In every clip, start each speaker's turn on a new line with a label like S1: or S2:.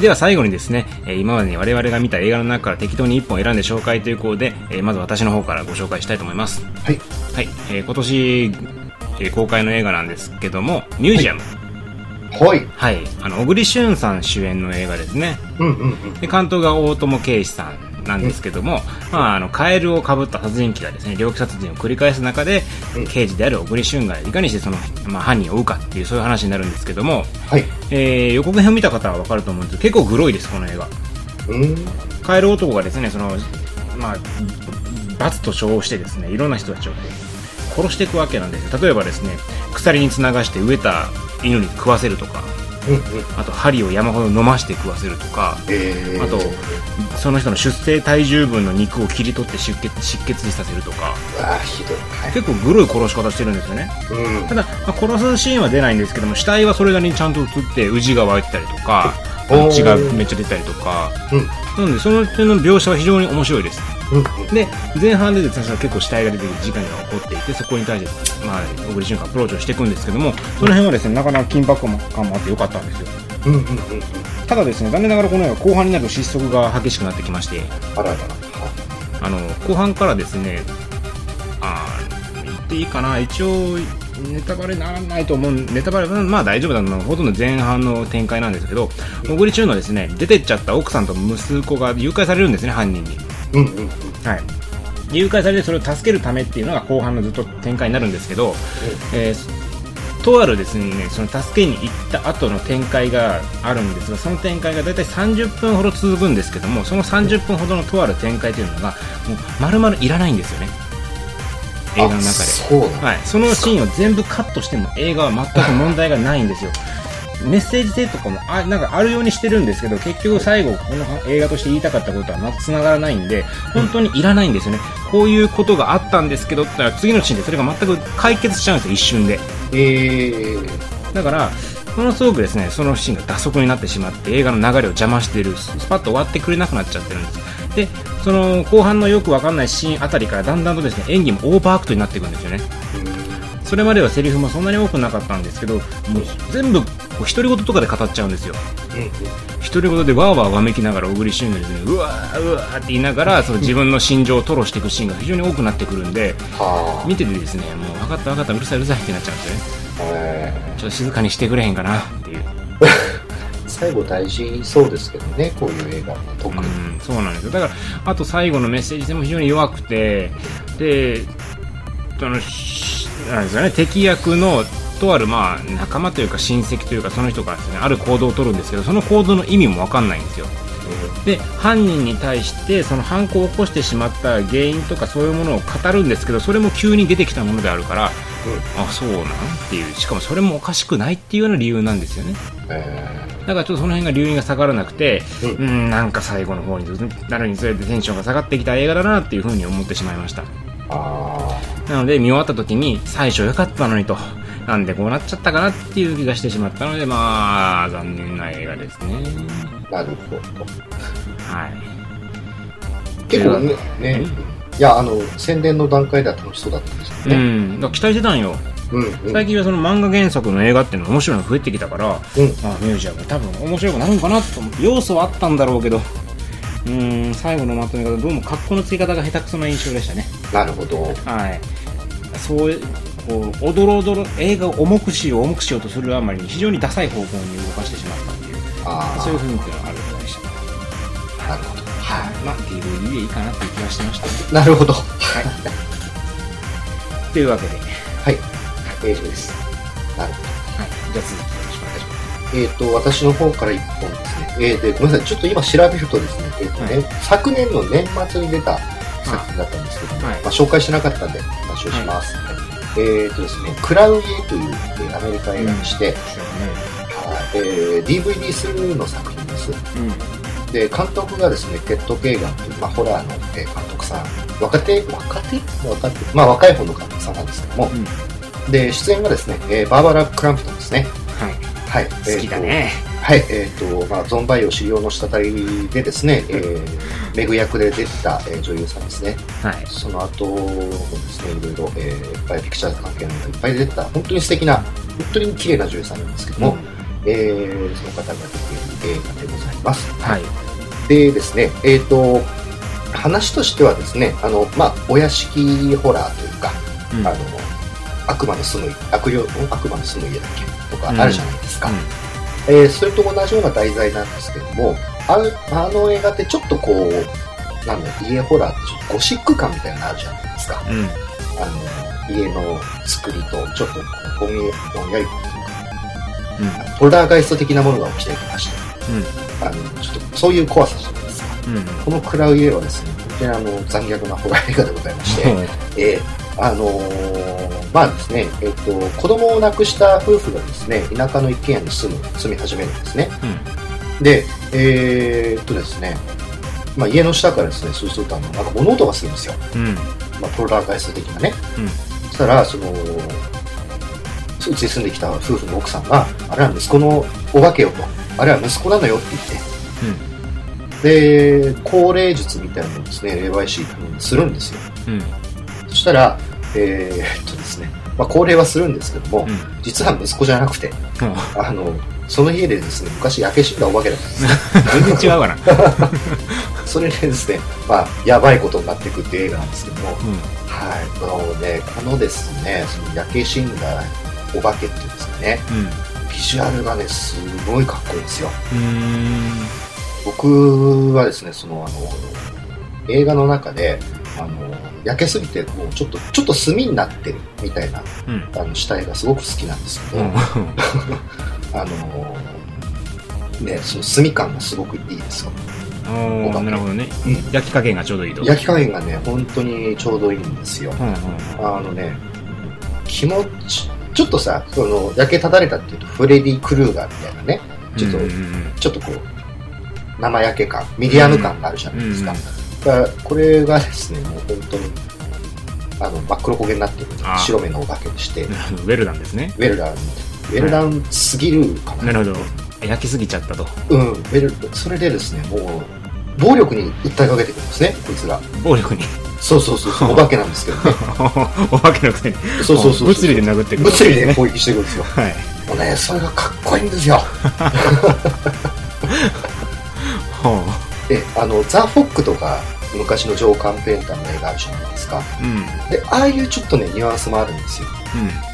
S1: では最後にですね、えー今までに我々が見た映画の中から適当に1本選んで紹介ということで、えーまず私の方からご紹介したいと思います
S2: はい。
S1: はい、えー今年、えー公開の映画なんですけどもミュージアム
S2: はい。
S1: はい、あの小栗旬さん主演の映画ですね
S2: うんうんうん。
S1: で監督が大友圭司さんなんですけども、まあ、あのカエルをかぶった殺人鬼がですね猟奇殺人を繰り返す中で
S2: うん
S1: 刑事である小栗旬がいかにしてその、まあ、犯人を追うかっていうそういう話になるんですけども、
S2: はい。
S1: えー予告編を見た方は分かると思うんですけど結構グロいですこの映画
S2: うん。
S1: カエル男がですねその、まあ、罰と称してですねいろんな人たちをこう殺していくわけなんですよ例えばですね鎖につながして飢えた犬に食わせるとか
S2: うんうん。
S1: あと針を山ほど飲まして食わせるとか
S2: えー、
S1: あとその人の出生体重分の肉を切り取って出血失血死させるとか
S2: ああ、ひどい。はい。
S1: 結構グロい殺し方してるんですよね
S2: うん
S1: た。だ、まあ殺すシーンは出ないんですけども死体はそれなりにちゃんと映って氏が湧いてたりとかあ
S2: お
S1: の
S2: ー
S1: 血がめっちゃ出たりとか
S2: うん。
S1: なのでその点の描写は非常に面白いです
S2: うんうん。
S1: で前半でですねその結構死体が出てくる事件が起こっていてそこに対して、まあ、小栗旬がアプローチをしていくんですけどもその辺はですねなかなか緊迫感もあってよかったんですよ
S2: うんうんうんうん。
S1: ただですね残念ながらこの映画後半になると失速が激しくなってきまして
S2: あららら。
S1: あの後半からですねあー言っていいかな一応ネタバレならないと思うネタバレはまあ大丈夫だなほとんど前半の展開なんですけど小栗旬のですね出てっちゃった奥さんと息子が誘拐されるんですね犯人に
S2: うんうんうん。
S1: はい誘拐されてそれを助けるためっていうのが後半のずっと展開になるんですけど、えーとあるですねその助けに行った後の展開があるんですがその展開が大体30分ほど続くんですけどもその30分ほどのとある展開というのがもう丸々いらないんですよね映画の中
S2: あ
S1: で
S2: そうなんだ。
S1: はい、そのシーンを全部カットしても映画は全く問題がないんですよメッセージ性とかもあなんかあるようにしてるんですけど結局最後この映画として言いたかったことはまつながらないんで本当にいらないんですよねこういうことがあったんですけどって言ったら次のシーンでそれが全く解決しちゃうんですよ一瞬で
S2: えー。
S1: だからものすごくですねそのシーンが脱足になってしまって映画の流れを邪魔しているスパッと終わってくれなくなっちゃってるんですでその後半のよくわかんないシーンあたりからだんだんとですね演技もオーバーアクトになっていくんですよねそれまではセリフもそんなに多くなかったんですけどもう全部こう独り言とかで語っちゃうんですよ
S2: うんうんうん。
S1: 独り言でわーわーわめきながら小栗旬がですねうわーうわーって言いながらその自分の心情を吐露していくシーンが非常に多くなってくるんで
S2: は
S1: 見ててですねもう分かった分かったうるさいうるさいってなっちゃうんですよね
S2: あ。え
S1: ちょっと静かにしてくれへんかなっていう
S2: ー最後大事そうですけどね、こういう映画は特に。
S1: うんそうなんですよだからあと最後のメッセージ性も非常に弱くてでそのしなんですかね敵役のとあるまあ仲間というか親戚というかその人がですねある行動を取るんですけどその行動の意味も分かんないんですよで犯人に対してその犯行を起こしてしまった原因とかそういうものを語るんですけどそれも急に出てきたものであるから、あそうなんっていうしかもそれもおかしくないっていうような理由なんですよね
S2: え
S1: だからちょっとその辺が留飲が下がらなくて、
S2: う
S1: うんん、なんか最後の方になるにつれてテンションが下がってきた映画だなっていうふうに思ってしまいました
S2: ー、あ
S1: なので見終わった時に最初良かったのにとなんでこうなっちゃったかなっていう気がしてしまったのでまあ残念な映画ですね
S2: ー、なるほど。
S1: はい
S2: 結構ね、
S1: え
S2: ねいや、あの、宣伝の段階では楽しそうだったんです
S1: う
S2: よね。
S1: ん、だから期待してたんよ
S2: うん。うん。
S1: 最近はその漫画原作の映画っていうのが面白いのが増えてきたから、
S2: うん
S1: まあ、ミュージアム多分面白くなるんかなと思って要素はあったんだろうけどうーん最後のまとめ方どうも格好のつけ方が下手くそな印象でしたね
S2: なるほど。
S1: はいそういうこうおどろおどろ映画を重くしよう重くしようとするあまりに非常にダサい方向に動かしてしまったっていう
S2: あ
S1: そういう雰囲気があるみたいでした
S2: あ、なるほど。は
S1: まあ DVD でいいかなっていう気がしてました
S2: い。なるほど。は
S1: というわけで、はい、
S2: い。大丈夫です。なるほど。
S1: じゃあ続きよろしくお願いします
S2: えっ、と、私の方から一本ですね。えー、で、ごめんなさい。ちょっと今調べるとですね、えっ、とね、
S1: は
S2: 昨年の年末に出た作品だったんですけども、
S1: はい
S2: まあ、紹介してなかったんで、話をします。えっ、とですね、クラウン・エイという、えーアメリカ映画にして、はいえー DVD スルーの作品です。
S1: うん
S2: で監督がですねテッド・ケイガンという、まあ、ホラーの、えー監督さん若手若手若手まあ若い方の監督さんなんですけども、
S1: うん
S2: で出演がですね、えーバーバラ・クランプトンですね
S1: はい
S2: はい
S1: 好きだ、ね、
S2: えーとはいえっ、とまあゾンバイオ狩猟の滴りでですね、えーメグ役で出てた、えー女優さんですね
S1: はい
S2: その後もですねいろいろ、えーいっぱいピクチャーズ関係のがいっぱい出てた本当に素敵な本当に綺麗な女優さんなんですけども、
S1: うん
S2: えーその方が出ている映画でございます。
S1: はい。
S2: でですね、えっ、と、話としてはですね、あの、まあ、お屋敷ホラーというか、
S1: うん
S2: あの、悪魔の住む家、悪霊、ん悪魔の住む家だっけとか
S1: うん
S2: あるじゃないですか、
S1: うん
S2: えーそれと同じような題材なんですけども、あるあの映画ってちょっとこう、なんだろう家ホラーってちょっとゴシック感みたいなのあるじゃないですか。
S1: うん。
S2: あの、家の作りと、ちょっとこう、ゴミ、ぼんやりという
S1: うん。
S2: か、ポルダーガイスト的なものが起きてきまして、あの、ちょっとそういう怖さじゃないですか。
S1: うん。うん。
S2: このクラウイエはですね、本当にあの残虐なホラー映画でございま して、えーあのーまあですね、えっ、と、子供を亡くした夫婦がですね、田舎の一軒家に住む、住み始めるんですね。
S1: うん。
S2: で、えーっとですね、まあ家の下からですね、そうするとあの、なんか物音がするんですよ。
S1: うん。
S2: まあポロラーガイスト的なね。
S1: うん
S2: そしたら、その、うちに住んできた夫婦の奥さんが、あれは息子のお化けよと、あれは息子なのよって言って、で、高齢術みたいなのをですね、霊媒師にするんですよ。
S1: うん。
S2: そしたら、えーっとですね、まあ、高齢はするんですけども、
S1: うん。
S2: 実は息子じゃなくて、
S1: うん。
S2: あの、その家でですね、昔焼け死んだお化けだったんですね。
S1: 全然違うかな。
S2: それでですね、まあ、やばいことになっていくっていう映画なんですけども、
S1: うん。
S2: はい、あのね、このですね、その焼け死んだお化けっていうんですかね、
S1: うん。
S2: ビジュアルがね、すごいかっこいいんですよ。
S1: うーん。
S2: 僕はですねそのあの映画の中であの焼けすぎてもうちょっとちょっと炭になってるみたいな
S1: うん。
S2: あの死体がすごく好きなんですけ
S1: う
S2: ど、
S1: ん。
S2: あのねその炭感がすごくいいですよ
S1: おーなるほどね。
S2: うん
S1: 焼き加減がちょうどいいと。
S2: 焼き加減がね本当にちょうどいいんですよ
S1: うんうん
S2: あのね気持ちちょっとさその焼けただれたっていうとフレディ・クルーガーみたいなね
S1: うん。
S2: ちょっと、
S1: うんうん
S2: ちょっとこう生焼け感ミディアム感があるじゃないですか、
S1: うん
S2: だからこれがですねもう本当にあの真っ黒焦げになってる
S1: あー
S2: 白目のお化けでしてウ
S1: なるほどウェルダンですね。
S2: ェルダンウェルダンすぎるかな、
S1: なるほど。焼きすぎちゃったと。
S2: うんウェルそれでですねもう暴力に訴えかけてくるんですねこいつら
S1: 暴力に。
S2: そうそうそうそうお化けなんですけどね
S1: お化けのくせに。
S2: そうそうそう
S1: 物理で
S2: ね
S1: 殴ってくる。
S2: 物理で攻撃してくるんですよ
S1: はい。
S2: もうねそれがかっこいいんですよ
S1: ほ
S2: であのザ・フォックとか昔のジョー・カンペンターの映画あるじゃないですか
S1: う。うん。うん。
S2: でああいうちょっとねニュアンスもあるんですよ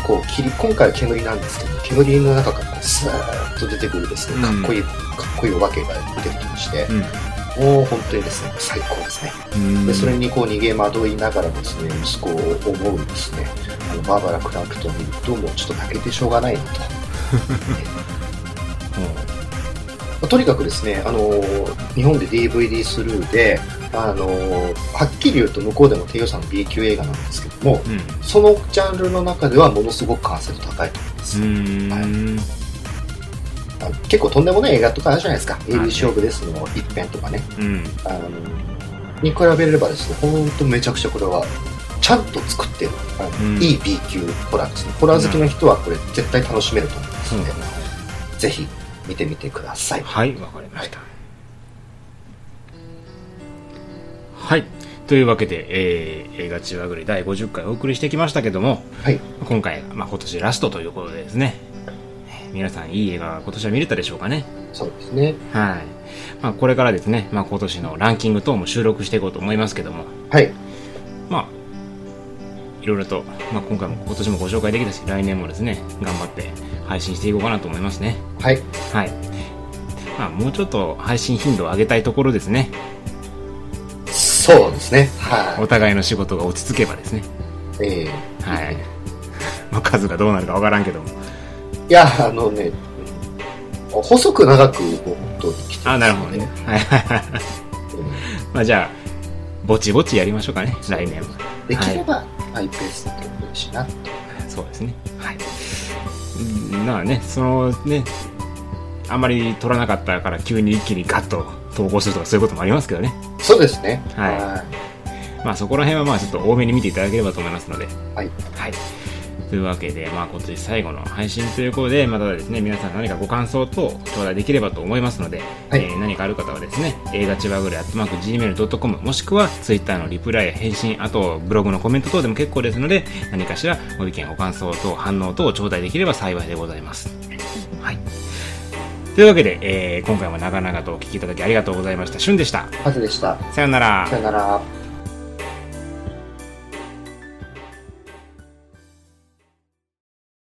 S2: こう霧今回は煙なんですけど煙の中からこうスーッと出てくるですねかっこいい、かっこいいお化けが出てきまして、もう本当にですね最高ですね
S1: うん。
S2: でそれにこう逃げ惑いながらもですね息子を思うですねあのバーバラ・クランプトンを見るともうちょっと泣けてしょうがない なとね
S1: ほう
S2: まあとにかくですね、あのー日本で DVD スルーで、あのーはっきり言うと向こうでも低予算の B 級映画なんですけども
S1: うん。
S2: そのジャンルの中ではものすごく完成度高いと思います、
S1: う
S2: はい
S1: ーん。
S2: あの結構とんでもない映画とかあるじゃないですか「
S1: い
S2: AB 勝負です」の一編とかね
S1: うん。
S2: あのに比べればですねほんとめちゃくちゃこれはちゃんと作ってるあの、
S1: うん
S2: いい B 級ホラーですねホラー好きの人はこれ絶対楽しめると思いますので、ぜひ見てみてください
S1: はい、わかりました。はい。というわけで、えー映画チワぐり第50回お送りしてきましたけども、
S2: はい
S1: 今回が、まあ、今年ラストということでですね、えー皆さんいい映画が今年は見れたでしょうかね。
S2: そうですね
S1: はい。まあ、これからですね、まあ、今年のランキング等も収録していこうと思いますけども、
S2: はい
S1: まあ、いろいろと、まあ、今回も今年もご紹介できたし、来年もですね、頑張って配信していこうかなと思いますね。
S2: はい
S1: はい。まあ、もうちょっと配信頻度を上げたいところですね。
S2: そうですねは
S1: お互いの仕事が落ち着けばですね。
S2: いえー
S1: はい。まあ、数がどうなるかわからんけども。
S2: いやあのね細く長くもう本当に来てます
S1: あ、なるほどね。はいはい はい。
S2: うん
S1: まあ、じゃあ、ぼちぼちやりましょうかね。来年は。
S2: できればハイペースで撮るしなって
S1: そうですね。はい。うんまあね、そのね、あんまり取らなかったから急に一気にガッと投稿するとかそういうこともありますけどね。
S2: そうですね
S1: はいまあそこら辺はまあちょっと多めに見ていただければと思いますので。
S2: はい
S1: はい。というわけで、まあ今年最後の配信ということで、またですね、皆さん何かご感想等頂戴できればと思いますので、
S2: はい
S1: えー何かある方はですね、映画千葉ぐらい、アットマーク Gmail.com、もしくは Twitter のリプライや返信、あとブログのコメント等でも結構ですので、何かしらご意見、ご感想等、反応等を頂戴できれば幸いでございます。はい。というわけで、えー今回も長々とお聞きいただきありがとうございました。しゅんでした。
S2: はずでした。
S1: さようなら
S2: さよなら。